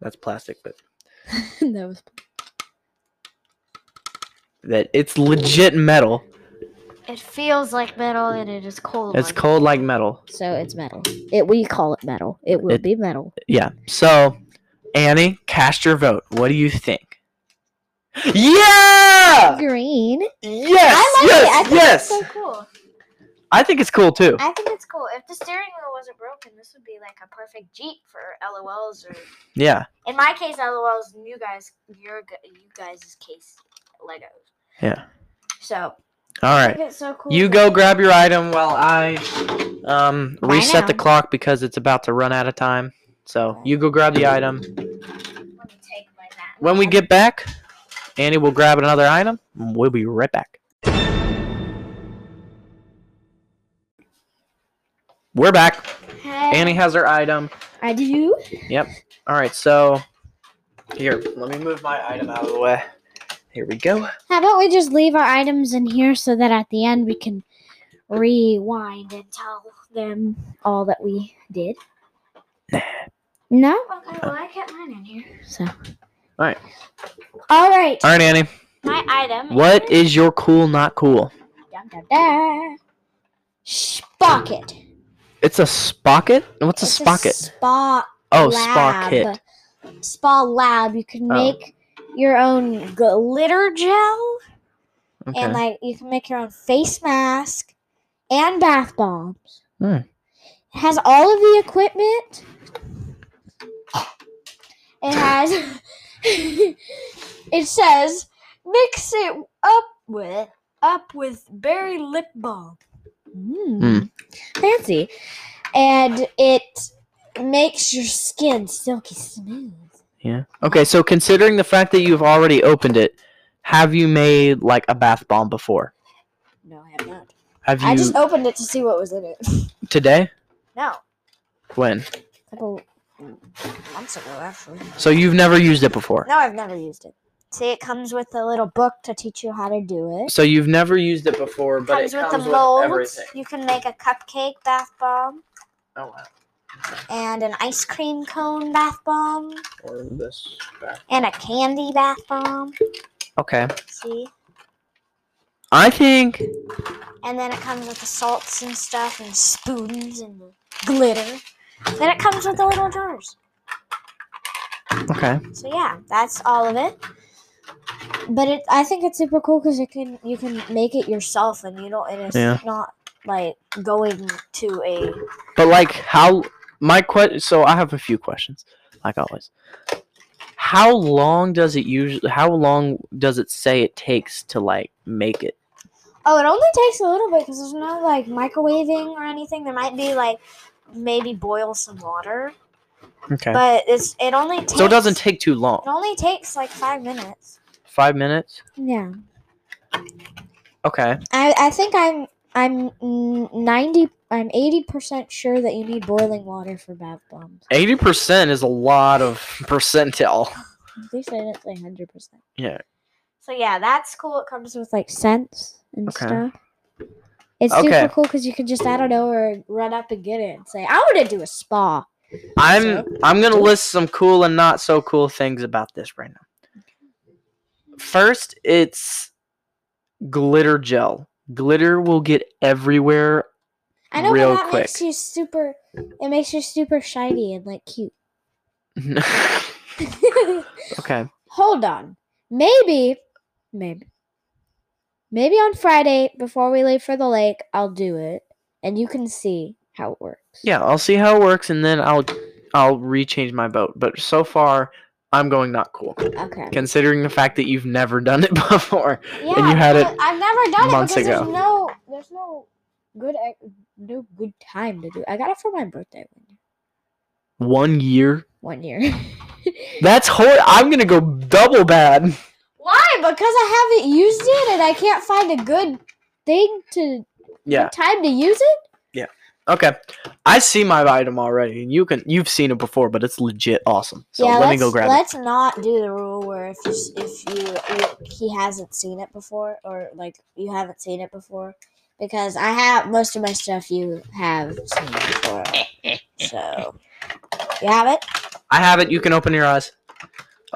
Speaker 1: that's plastic, but
Speaker 2: that was.
Speaker 1: that it's legit metal.
Speaker 2: It feels like metal and it is cold.
Speaker 1: It's cold like metal.
Speaker 2: So it's metal. It we call it metal. It will
Speaker 1: It-
Speaker 2: be metal.
Speaker 1: Yeah. So, Annie, cast your vote. What do you think? Yeah!
Speaker 2: Green.
Speaker 1: Uh, Yes! yes! yes!
Speaker 2: cool.
Speaker 1: I think it's cool too.
Speaker 2: I think it's cool. If the steering wheel wasn't broken, this would be like a perfect Jeep for LOLs or,
Speaker 1: Yeah.
Speaker 2: in my case, LOLs. And you guys, your gu- you guys' case, Legos.
Speaker 1: Yeah.
Speaker 2: So
Speaker 1: All
Speaker 2: I
Speaker 1: right.
Speaker 2: think it's so cool.
Speaker 1: You
Speaker 2: that-
Speaker 1: go grab your item while I um,
Speaker 2: Bye
Speaker 1: reset
Speaker 2: now.
Speaker 1: the clock because it's about to run out of time. So, you go grab the item.
Speaker 2: Let me take my nap.
Speaker 1: When we get back, Annie will grab another item. and We'll be right back. We're back.
Speaker 2: Hey,
Speaker 1: Annie has her item.
Speaker 2: I do.
Speaker 1: Yep. All right, so here, let me move my item out of the way. Here we go.
Speaker 2: How about we just leave our items in here so that at the end we can rewind and tell them all that we did? No? Okay, Oh, well, I kept mine in here. So.
Speaker 1: Alright.
Speaker 2: All right.
Speaker 1: All right, Annie.
Speaker 2: My item.
Speaker 1: What is your cool not cool?
Speaker 2: Dun, dun, dun. Spocket.
Speaker 1: It's a spocket? What's a
Speaker 2: It's
Speaker 1: spocket?
Speaker 2: Spa
Speaker 1: oh,
Speaker 2: lab.
Speaker 1: spocket.
Speaker 2: Spa lab. You can
Speaker 1: Oh.
Speaker 2: make your own glitter gel,
Speaker 1: Okay.
Speaker 2: and like you can make your own face mask and bath bombs.
Speaker 1: Hmm.
Speaker 2: It has all of the equipment. It has. it says mix it up with up with berry lip balm.
Speaker 1: Hmm.
Speaker 2: Mm. Fancy, and it makes your skin silky smooth.
Speaker 1: yeah. Okay, so considering the fact that you've already opened it, have you made like a bath bomb before?
Speaker 2: No, I have not.
Speaker 1: Have you
Speaker 2: I just opened it to see what was in it.
Speaker 1: today?
Speaker 2: No,
Speaker 1: When?
Speaker 2: a couple months ago actually.
Speaker 1: So you've never used it before.
Speaker 2: No, I've never used it. See, it comes with a little book to teach you how to do it.
Speaker 1: So you've never used it before, but
Speaker 2: comes
Speaker 1: it
Speaker 2: with
Speaker 1: comes
Speaker 2: the
Speaker 1: with
Speaker 2: molds.
Speaker 1: everything.
Speaker 2: You can make a cupcake bath bomb
Speaker 1: Oh wow.
Speaker 2: and an ice cream cone bath bomb
Speaker 1: Or this back.
Speaker 2: and a candy bath bomb.
Speaker 1: Okay.
Speaker 2: See?
Speaker 1: I think
Speaker 2: And then it comes with the salts and stuff and spoons and glitter. Then it comes with the little jars.
Speaker 1: Okay.
Speaker 2: So yeah, that's all of it. But it, I think it's super cool because it can you can make it yourself and you don't and it's
Speaker 1: Yeah.
Speaker 2: not like going to a
Speaker 1: But like how my question so I have a few questions like always. How long does it usually how long does it say it takes to like make it?
Speaker 2: Oh, it only takes a little bit because there's no like microwaving or anything. There might be like maybe boil some water,
Speaker 1: Okay.
Speaker 2: but it's it only takes,
Speaker 1: So it doesn't take too long.
Speaker 2: it only takes like five minutes.
Speaker 1: 5 minutes?
Speaker 2: Yeah,
Speaker 1: Okay.
Speaker 2: I I think I'm I'm ninety I'm eighty percent sure that you need boiling water for bath bombs.
Speaker 1: 80% is a lot of percentile.
Speaker 2: At least I didn't say hundred percent.
Speaker 1: Yeah.
Speaker 2: So yeah, that's cool. It comes with like scents and
Speaker 1: Okay.
Speaker 2: stuff. It's
Speaker 1: Okay.
Speaker 2: super cool because you can just I don't know or run up and get it and say I want to do a spa.
Speaker 1: I'm I'm gonna list some cool and not so cool things about this right now. First, it's glitter gel. Glitter will get everywhere.
Speaker 2: I know,
Speaker 1: real
Speaker 2: but that makes
Speaker 1: quick.
Speaker 2: you super. It makes you super shiny and like cute.
Speaker 1: okay.
Speaker 2: Hold on, maybe, maybe, maybe on Friday before we leave for the lake, I'll do it, and you can see how it works.
Speaker 1: Yeah, I'll see how it works and then I'll I'll rechange my vote. But so far, I'm going not cool.
Speaker 2: Okay.
Speaker 1: Considering the fact that you've never done it before.
Speaker 2: Yeah,
Speaker 1: you had it
Speaker 2: but I've never done
Speaker 1: months
Speaker 2: it because
Speaker 1: ago.
Speaker 2: there's no, there's no good, ex- no good time to do. It. I got it for my birthday
Speaker 1: One year.
Speaker 2: one year.
Speaker 1: That's hor I'm gonna go double bad.
Speaker 2: Why? Because I haven't used it, and I can't find a good thing to
Speaker 1: Yeah.
Speaker 2: time to use it.
Speaker 1: Okay. I see my item already, and you can you've seen it before, but it's legit awesome. So
Speaker 2: yeah,
Speaker 1: let
Speaker 2: let's,
Speaker 1: me go grab it.
Speaker 2: let's not do the rule where if you, s- if you you- he hasn't seen it before or like you haven't seen it before because I have most of my stuff you have seen before. so you have it.
Speaker 1: I have it. You can open your eyes.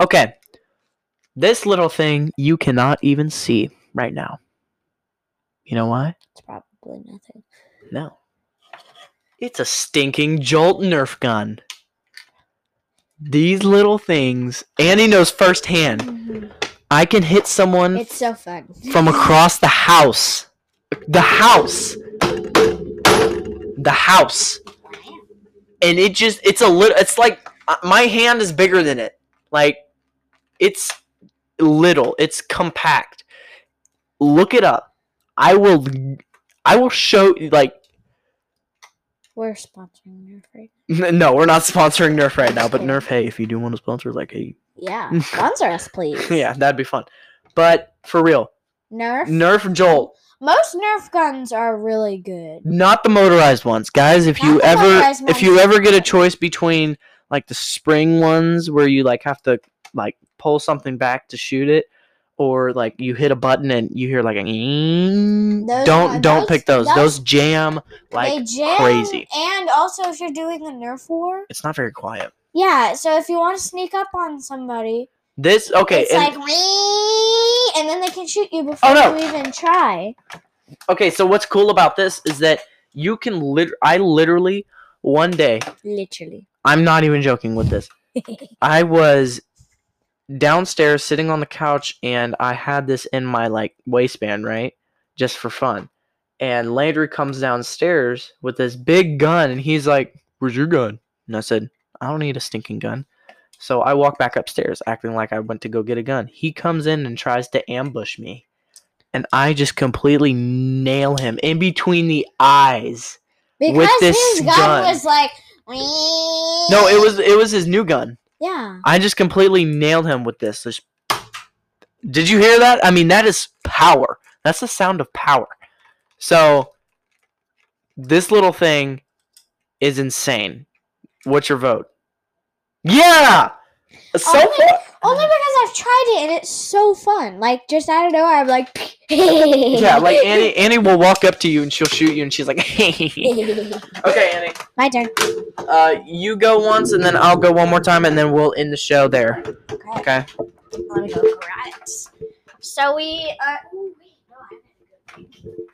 Speaker 1: Okay. This little thing you cannot even see right now. You know why?
Speaker 2: It's probably nothing.
Speaker 1: No. It's a stinking Jolt Nerf gun. These little things, Annie knows firsthand. I can hit someone
Speaker 2: It's so fun.
Speaker 1: from across the house. The house. The house. And it just, it's a little, it's like, uh, my hand is bigger than it. Like, it's little, it's compact. Look it up. I will, I will show, like,
Speaker 2: We're sponsoring your free.
Speaker 1: N- No, we're not sponsoring Nerf right now, but Nerf, hey, if you do want to sponsor, like, hey,
Speaker 2: Yeah, sponsor us, please.
Speaker 1: yeah, that'd be fun. But for real,
Speaker 2: Nerf.
Speaker 1: Nerf Jolt,
Speaker 2: Most Nerf guns are really good.
Speaker 1: not the motorized ones, guys. If
Speaker 2: Not
Speaker 1: you
Speaker 2: the
Speaker 1: ever,
Speaker 2: motorized
Speaker 1: if you
Speaker 2: ones.
Speaker 1: ever get a choice between like the spring ones where you like have to like pull something back to shoot it, or like you hit a button and you hear like a.
Speaker 3: Those-
Speaker 1: don't
Speaker 3: uh,
Speaker 1: don't pick those.
Speaker 3: those-
Speaker 1: Those jam
Speaker 3: they
Speaker 1: like
Speaker 3: jam,
Speaker 1: crazy.
Speaker 3: And also, if you're doing a Nerf war,
Speaker 1: it's not very quiet.
Speaker 3: yeah. So if you want to sneak up on somebody,
Speaker 1: This okay.
Speaker 3: it's
Speaker 1: and- Oh,
Speaker 3: like "Wee," and then they can shoot you before
Speaker 1: no.
Speaker 3: you even try.
Speaker 1: okay, so what's cool about this is that you can lit. I literally one day
Speaker 3: Literally.
Speaker 1: I'm not even joking with this. I was downstairs sitting on the couch and I had this in my like waistband, right? Just for fun. And Landry comes downstairs with this big gun and he's like, Where's your gun? And I said, I don't need a stinking gun. So I walk back upstairs acting like I went to go get a gun. He comes in and tries to ambush me. And I just completely nail him in between the eyes.
Speaker 3: Because
Speaker 1: this
Speaker 3: his gun,
Speaker 1: gun.
Speaker 3: was like.
Speaker 1: No,
Speaker 3: No,
Speaker 1: it was it was his new gun.
Speaker 3: Yeah.
Speaker 1: I just completely nailed him with this. Just- Did you hear that? I mean, that is power. That's the sound of power. So, this little thing is insane. What's your vote? Yeah! So
Speaker 3: Only,
Speaker 1: far-
Speaker 3: only because I've tried it and it's so fun. Like just out of nowhere, I'm like.
Speaker 1: Yeah, like Annie, Annie will walk up to you and she'll shoot you and she's like, okay, Annie.
Speaker 3: My turn.
Speaker 1: Uh, you go once and then I'll go one more time and then we'll end the show there.
Speaker 3: Okay.
Speaker 1: Okay.
Speaker 3: Let me go grab it. So we. Uh, ooh, wait, no, I have a good thing.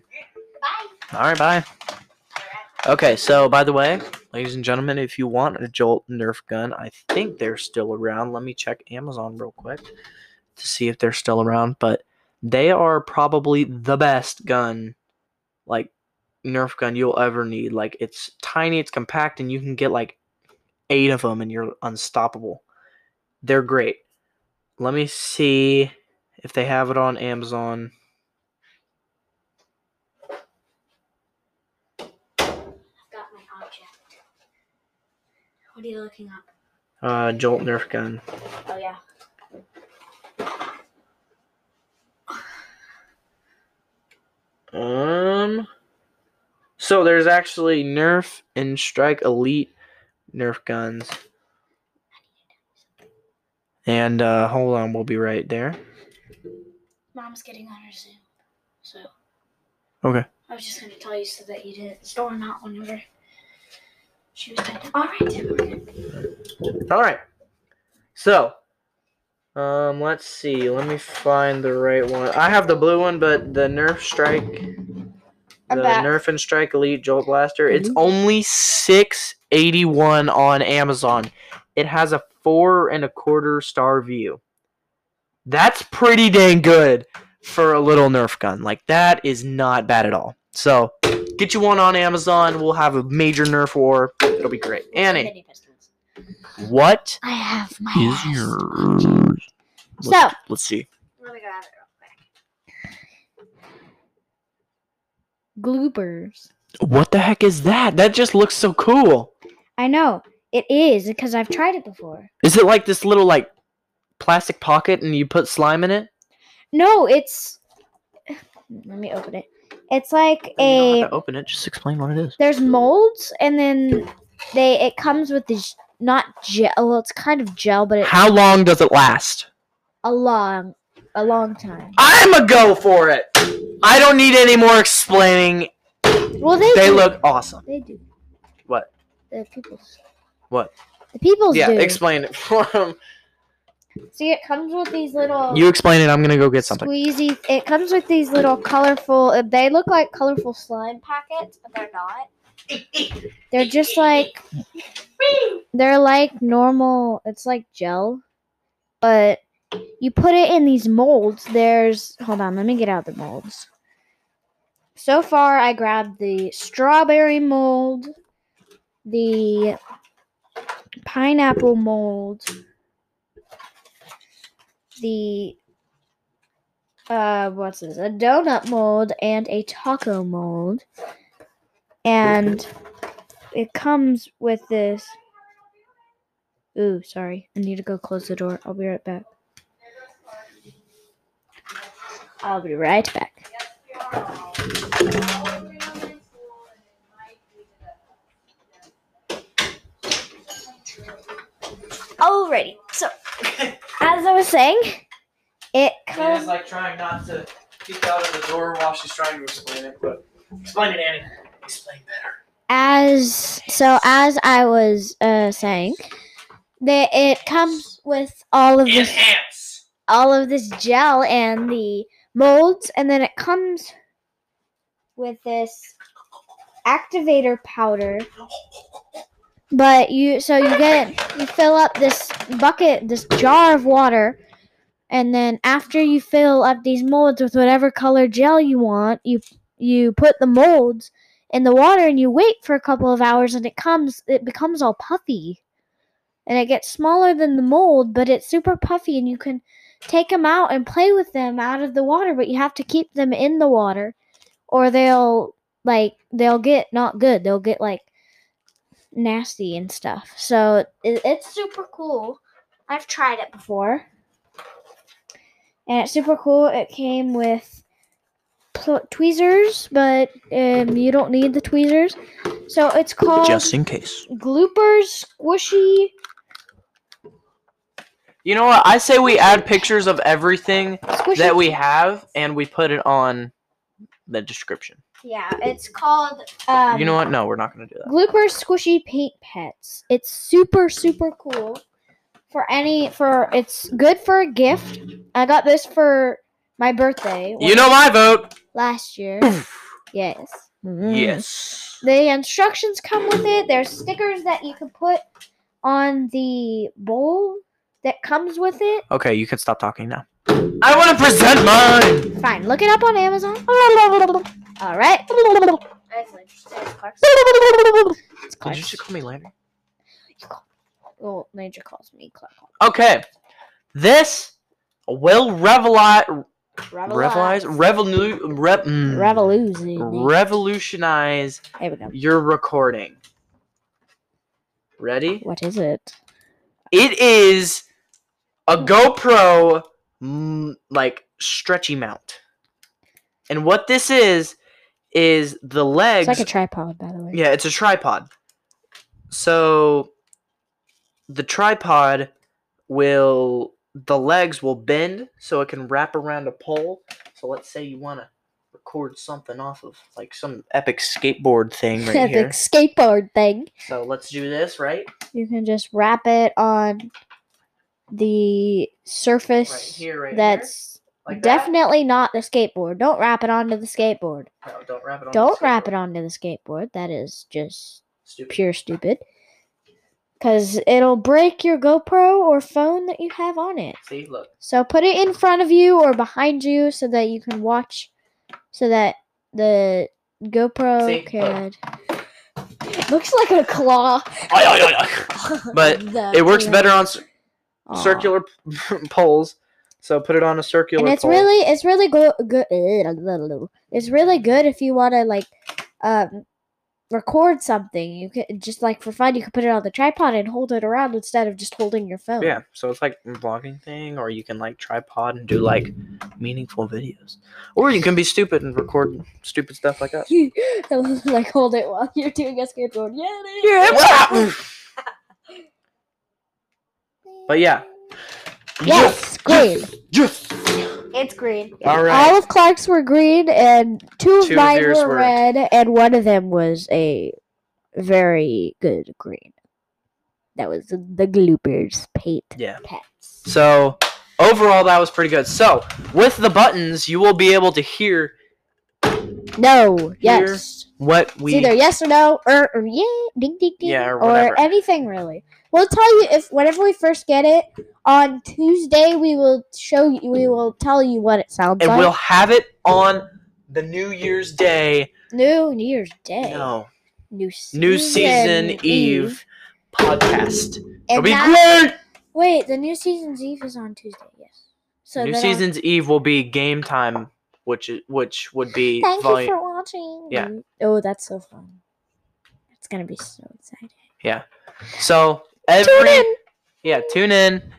Speaker 3: Bye.
Speaker 1: All right, bye. Okay, so by the way, ladies and gentlemen, if you want a Jolt Nerf gun, I think they're still around. Let me check Amazon real quick to see if they're still around, but they are probably the best gun, like Nerf gun you'll ever need. Like it's tiny, it's compact, and you can get like eight of them, and you're unstoppable. They're great. Let me see if they have it on Amazon.
Speaker 3: I've got my object. What are you looking up?
Speaker 1: Uh, Jolt Nerf gun.
Speaker 3: Oh yeah.
Speaker 1: Um. So there's actually Nerf and Strike Elite Nerf guns. And uh, hold on, we'll be right there.
Speaker 3: Mom's getting on her Zoom, so.
Speaker 1: Okay.
Speaker 3: I was just gonna tell you so that you didn't store not whenever. She was dead. All right, we're good.
Speaker 1: All right. So, um, let's see. Let me find the right one. I have the blue one, but the Nerf Strike, the
Speaker 2: I'm back.
Speaker 1: Nerf and Strike Elite Jolt Blaster. It's only six eighty one on Amazon. It has a four and a quarter star view. That's pretty dang good for a little Nerf gun. Like that is not bad at all. So, get you one on Amazon. We'll have a major Nerf war. It'll be great. Annie,
Speaker 3: Mini pistols.
Speaker 1: what?
Speaker 3: I have my.
Speaker 1: is
Speaker 3: ass.
Speaker 1: yours.
Speaker 2: So- Let's-
Speaker 1: let's see.
Speaker 3: Let me grab it real quick.
Speaker 2: Gloopers.
Speaker 1: What the heck is that? That just looks so cool.
Speaker 2: I know it is because I've tried it before.
Speaker 1: Is it like this little like plastic pocket and you put slime in it?
Speaker 2: No, it's. Let me open it. It's like
Speaker 1: You don't
Speaker 2: a.
Speaker 1: have to open it. Just explain what it is.
Speaker 2: There's molds, and then they it comes with this not gel. Well, it's kind of gel, but it's
Speaker 1: How long does it last?
Speaker 2: a long, a long time.
Speaker 1: I'm a go for it. I don't need any more explaining.
Speaker 2: Well, they
Speaker 1: They
Speaker 2: do.
Speaker 1: look awesome.
Speaker 2: They do.
Speaker 1: What?
Speaker 2: The people's.
Speaker 1: What?
Speaker 2: The people's
Speaker 1: Yeah,
Speaker 2: do.
Speaker 1: explain it for 'em.
Speaker 2: See, it comes with these little.
Speaker 1: You explain it. I'm gonna go get something.
Speaker 2: Squeezy. It comes with these little colorful. uh, They look like colorful slime packets, but they're not. They're just like. They're like normal. It's like gel, but you put it in these molds. There's. Hold on. Let me get out the molds. So far, I grabbed the strawberry mold, the pineapple mold, the uh, what's this? A donut mold and a taco mold. And it comes with this. Ooh, sorry. I need to go close the door. I'll be right back. I'll be right back.
Speaker 3: Alrighty. So, as I was saying, it comes.
Speaker 1: Anna's like trying not to peek out of the door while she's trying to explain it, but explain it, Annie. Explain better.
Speaker 2: as so as I was uh, saying that it comes with all of this
Speaker 1: Enhance.
Speaker 2: all of this gel and the molds and then it comes with this activator powder but you so you get you fill up this bucket this jar of water and then after you fill up these molds with whatever color gel you want you you put the molds in the water and you wait for a couple of hours and it comes it becomes all puffy and it gets smaller than the mold but it's super puffy and you can take them out and play with them out of the water but you have to keep them in the water or they'll like they'll get not good they'll get like nasty and stuff so it, it's super cool i've tried it before and it's super cool it came with pl- tweezers but um, you don't need the tweezers so it's called
Speaker 1: in case.
Speaker 2: gloopers squishy
Speaker 1: You know what? I say we add pictures of everything
Speaker 2: squishy
Speaker 1: that we have and we put it on the description.
Speaker 2: yeah it's called um,
Speaker 1: you know what? No, we're not going to do that.
Speaker 2: Glooper Squishy Paint Pets. It's super super cool for any for it's good for a gift. I got this for my birthday
Speaker 1: You know my vote.
Speaker 2: last year. yes.
Speaker 1: Yes.
Speaker 2: The instructions come with it. There's stickers that you can put on the bowl that comes with it.
Speaker 1: Okay, you can stop talking now. I want to present mine.
Speaker 2: Fine, look it up on Amazon. All right. It's
Speaker 1: Did
Speaker 2: Clark.
Speaker 1: you just call me Larry?
Speaker 2: Oh, Ninja calls me Clark.
Speaker 1: Okay. This will reveli- revelize,
Speaker 2: Revelize.
Speaker 1: revolu- rev- mm,
Speaker 2: Revolution.
Speaker 1: revolutionize
Speaker 2: There we go.
Speaker 1: your recording. Ready?
Speaker 2: What is it?
Speaker 1: It is a GoPro mm, like stretchy mount. And what this is is the legs
Speaker 2: It's like a tripod, by the way.
Speaker 1: Yeah, it's a tripod. So the tripod will the legs will bend so it can wrap around a pole. So let's say you want to record something off of like some epic skateboard thing right
Speaker 2: It's a
Speaker 1: here.
Speaker 2: skateboard thing.
Speaker 1: So let's do this, right?
Speaker 2: You can just wrap it on the surface
Speaker 1: Right here, right here,
Speaker 2: that's
Speaker 1: Like that?
Speaker 2: definitely not the skateboard. Don't wrap it onto the skateboard.
Speaker 1: No, don't wrap it on.
Speaker 2: Don't wrap it onto the skateboard. That is just
Speaker 1: Stupid.
Speaker 2: pure stupid. Because it'll break your GoPro or phone that you have on it.
Speaker 1: See, look.
Speaker 2: So put it in front of you or behind you so that you can watch, so that the GoPro
Speaker 1: See?
Speaker 2: could. Looks like a claw.
Speaker 1: But
Speaker 2: The
Speaker 1: it works
Speaker 2: claw.
Speaker 1: better on cir-
Speaker 2: Aw.
Speaker 1: circular poles. So put it on a circular
Speaker 2: And it's
Speaker 1: pole.
Speaker 2: really, it's really go- good. It's really good if you want to like, um, record something. You could just like for fun, you could put it on the tripod and hold it around instead of just holding your phone.
Speaker 1: Yeah, so it's like a vlogging thing, or you can like tripod and do like meaningful videos, or you can be stupid and record stupid stuff like us.
Speaker 2: like hold it while you're doing a skateboard. Yeah. it is.
Speaker 1: but yeah.
Speaker 2: Yes, green.
Speaker 1: Yes.
Speaker 3: It's green.
Speaker 1: All right.
Speaker 2: All of Clark's were green, and two of
Speaker 1: Two of
Speaker 2: mine
Speaker 1: yours
Speaker 2: were,
Speaker 1: were-
Speaker 2: red, and one of them was a very good green. That was the Gloopers paint
Speaker 1: Yeah.
Speaker 2: pets.
Speaker 1: So overall, that was pretty good. So with the buttons, you will be able to hear
Speaker 2: No, yes.
Speaker 1: what we.
Speaker 2: it's either yes or no, or, or yeah, ding ding ding,
Speaker 1: Yeah, or
Speaker 2: or,
Speaker 1: whatever.
Speaker 2: anything really. We'll tell you if whenever we first get it on Tuesday, we will show you. We will tell you what it sounds
Speaker 1: and
Speaker 2: like.
Speaker 1: we'll have it on the New Year's Day.
Speaker 2: New New Year's Day,
Speaker 1: No,
Speaker 2: new season,
Speaker 1: New Season Eve, podcast. It'll
Speaker 2: and
Speaker 1: be
Speaker 2: that-
Speaker 1: great.
Speaker 2: Wait, the new season's Eve is on Tuesday. Yes. So
Speaker 1: New
Speaker 2: then I'll-
Speaker 1: season's eve will be game time, which is, which would be
Speaker 2: Thank
Speaker 1: volume.
Speaker 2: you for watching.
Speaker 1: Yeah.
Speaker 2: Oh, that's so fun. It's gonna be so exciting.
Speaker 1: so every
Speaker 2: Tune in.
Speaker 1: yeah, tune in.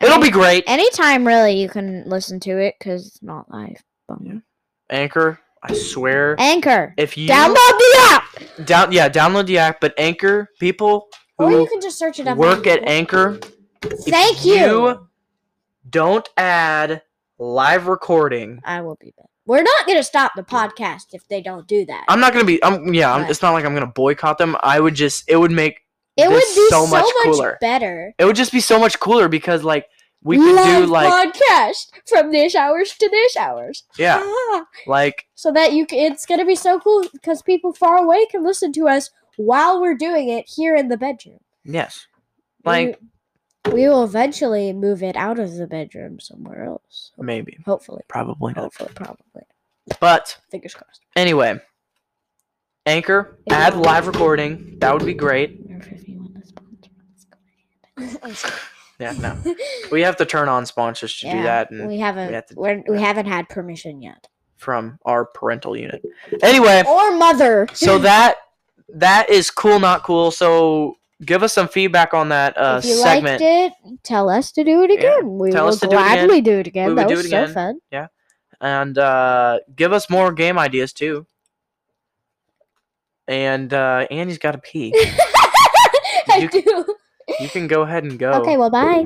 Speaker 1: It'll be great.
Speaker 2: Anytime, really, you can listen to it because it's not live. Bummer.
Speaker 1: Anchor, I swear.
Speaker 2: Anchor.
Speaker 1: If you
Speaker 2: Download the app.
Speaker 1: down yeah, download the app. But Anchor people
Speaker 2: Or you
Speaker 1: who
Speaker 2: can just search it up.
Speaker 1: work
Speaker 2: on
Speaker 1: at
Speaker 2: Google.
Speaker 1: Anchor, If
Speaker 2: Thank you.
Speaker 1: don't add live recording.
Speaker 2: I will be back. We're not gonna stop the podcast if they don't do that.
Speaker 1: I'm not gonna be. I'm yeah. I'm,
Speaker 2: Right.
Speaker 1: it's not like I'm gonna boycott them. I would just. It would make.
Speaker 2: it would
Speaker 1: this
Speaker 2: be
Speaker 1: so
Speaker 2: so,
Speaker 1: much
Speaker 2: much,
Speaker 1: cooler.
Speaker 2: better.
Speaker 1: It would just be so much cooler because like we could do
Speaker 2: Live
Speaker 1: like
Speaker 2: podcast from this hours to this hours.
Speaker 1: yeah
Speaker 2: Ah.
Speaker 1: like
Speaker 2: so that you c- it's gonna be so cool because people far away can listen to us while we're doing it here in the bedroom.
Speaker 1: yes
Speaker 2: We-
Speaker 1: like
Speaker 2: we will eventually move it out of the bedroom somewhere else.
Speaker 1: maybe
Speaker 2: Hopefully,
Speaker 1: probably not.
Speaker 2: hopefully, probably.
Speaker 1: But
Speaker 2: Fingers crossed.
Speaker 1: anyway, Anchor add live recording. That would be great. Yeah no. We have to turn on sponsors to do
Speaker 2: Yeah,
Speaker 1: that and
Speaker 2: we haven't we,
Speaker 1: have to-
Speaker 2: are we haven't had permission yet
Speaker 1: from our parental unit. Anyway,
Speaker 2: or mother
Speaker 1: so that that is cool, not cool. So give us some feedback on that uh,
Speaker 2: if you
Speaker 1: segment.
Speaker 2: liked it tell us to do it
Speaker 1: Yeah,
Speaker 2: again we
Speaker 1: tell
Speaker 2: will
Speaker 1: us to do it again.
Speaker 2: gladly do it again
Speaker 1: We would
Speaker 2: that
Speaker 1: do
Speaker 2: was
Speaker 1: it
Speaker 2: so
Speaker 1: again.
Speaker 2: fun
Speaker 1: and uh, give us more game ideas too. And uh, Annie's got to pee.
Speaker 2: I
Speaker 1: You- Oh.
Speaker 2: do.
Speaker 1: you can go ahead and go.
Speaker 2: okay well bye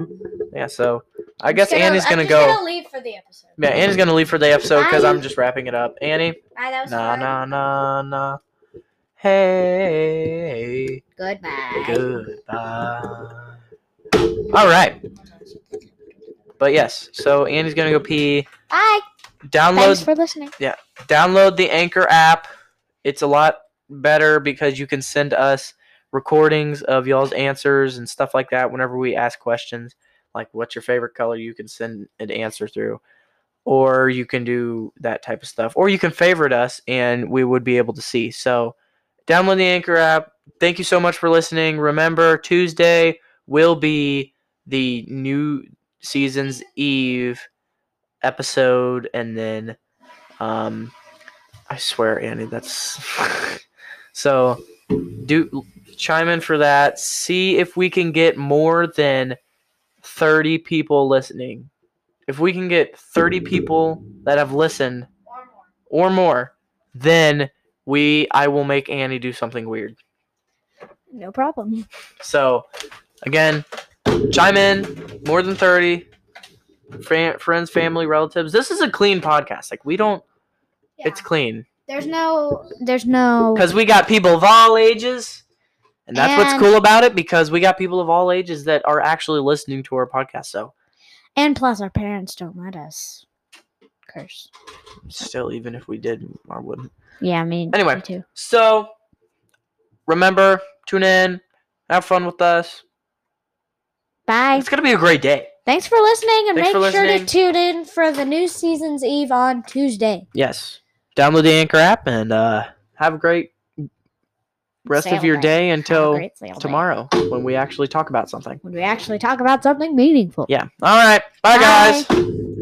Speaker 1: Yeah. So I guess Annie's gonna
Speaker 3: I'm
Speaker 1: go.
Speaker 3: Just gonna leave for the episode.
Speaker 1: Yeah, Annie's gonna leave for the episode because
Speaker 2: Bye.
Speaker 1: I'm just wrapping it up. Annie,
Speaker 3: Bye, that was
Speaker 1: na
Speaker 3: fun.
Speaker 1: na na na. Hey,
Speaker 3: Goodbye.
Speaker 1: goodbye. All right, but yes. So Annie's gonna go pee.
Speaker 2: bye
Speaker 1: Download
Speaker 2: thanks for listening
Speaker 1: download the Anchor app. It's a lot better because you can send us recordings of y'all's answers and stuff like that whenever we ask questions. Like, what's your favorite color? You can send an answer through. Or you can do that type of stuff. Or you can favorite us and we would be able to see. So, download the Anchor app. Thank you so much for listening. Remember, Tuesday will be the new season's Eve episode. And then um, I swear, Annie, that's so. Do chime in for that. See if we can get more than thirty people listening. If we can get thirty people that have listened or more, then we I will make Annie do something weird.
Speaker 2: no problem
Speaker 1: So, again, chime in more than 30 fri friends, family, relatives. This is a clean podcast. Like we don't it's clean.
Speaker 3: There's no.
Speaker 2: there's no
Speaker 1: because we got people of all ages and that's what's
Speaker 2: And-
Speaker 1: cool about it because we got people of all ages that are actually listening to our podcast so
Speaker 2: and plus our parents don't let us curse
Speaker 1: still even if we did i wouldn't
Speaker 2: yeah i mean
Speaker 1: Anyway.
Speaker 2: me too
Speaker 1: so remember tune in have fun with us
Speaker 2: bye
Speaker 1: it's gonna be a great day
Speaker 2: thanks for listening and
Speaker 1: Thanks for
Speaker 2: make sure
Speaker 1: listening.
Speaker 2: to tune in for the new season's eve on tuesday
Speaker 1: yes download the anchor app and uh, have a great rest of
Speaker 2: Sail
Speaker 1: your
Speaker 2: day.
Speaker 1: day until
Speaker 2: Great sale day.
Speaker 1: tomorrow when we actually talk about something
Speaker 2: when we actually talk about something meaningful
Speaker 1: yeah all right bye. guys
Speaker 2: Bye.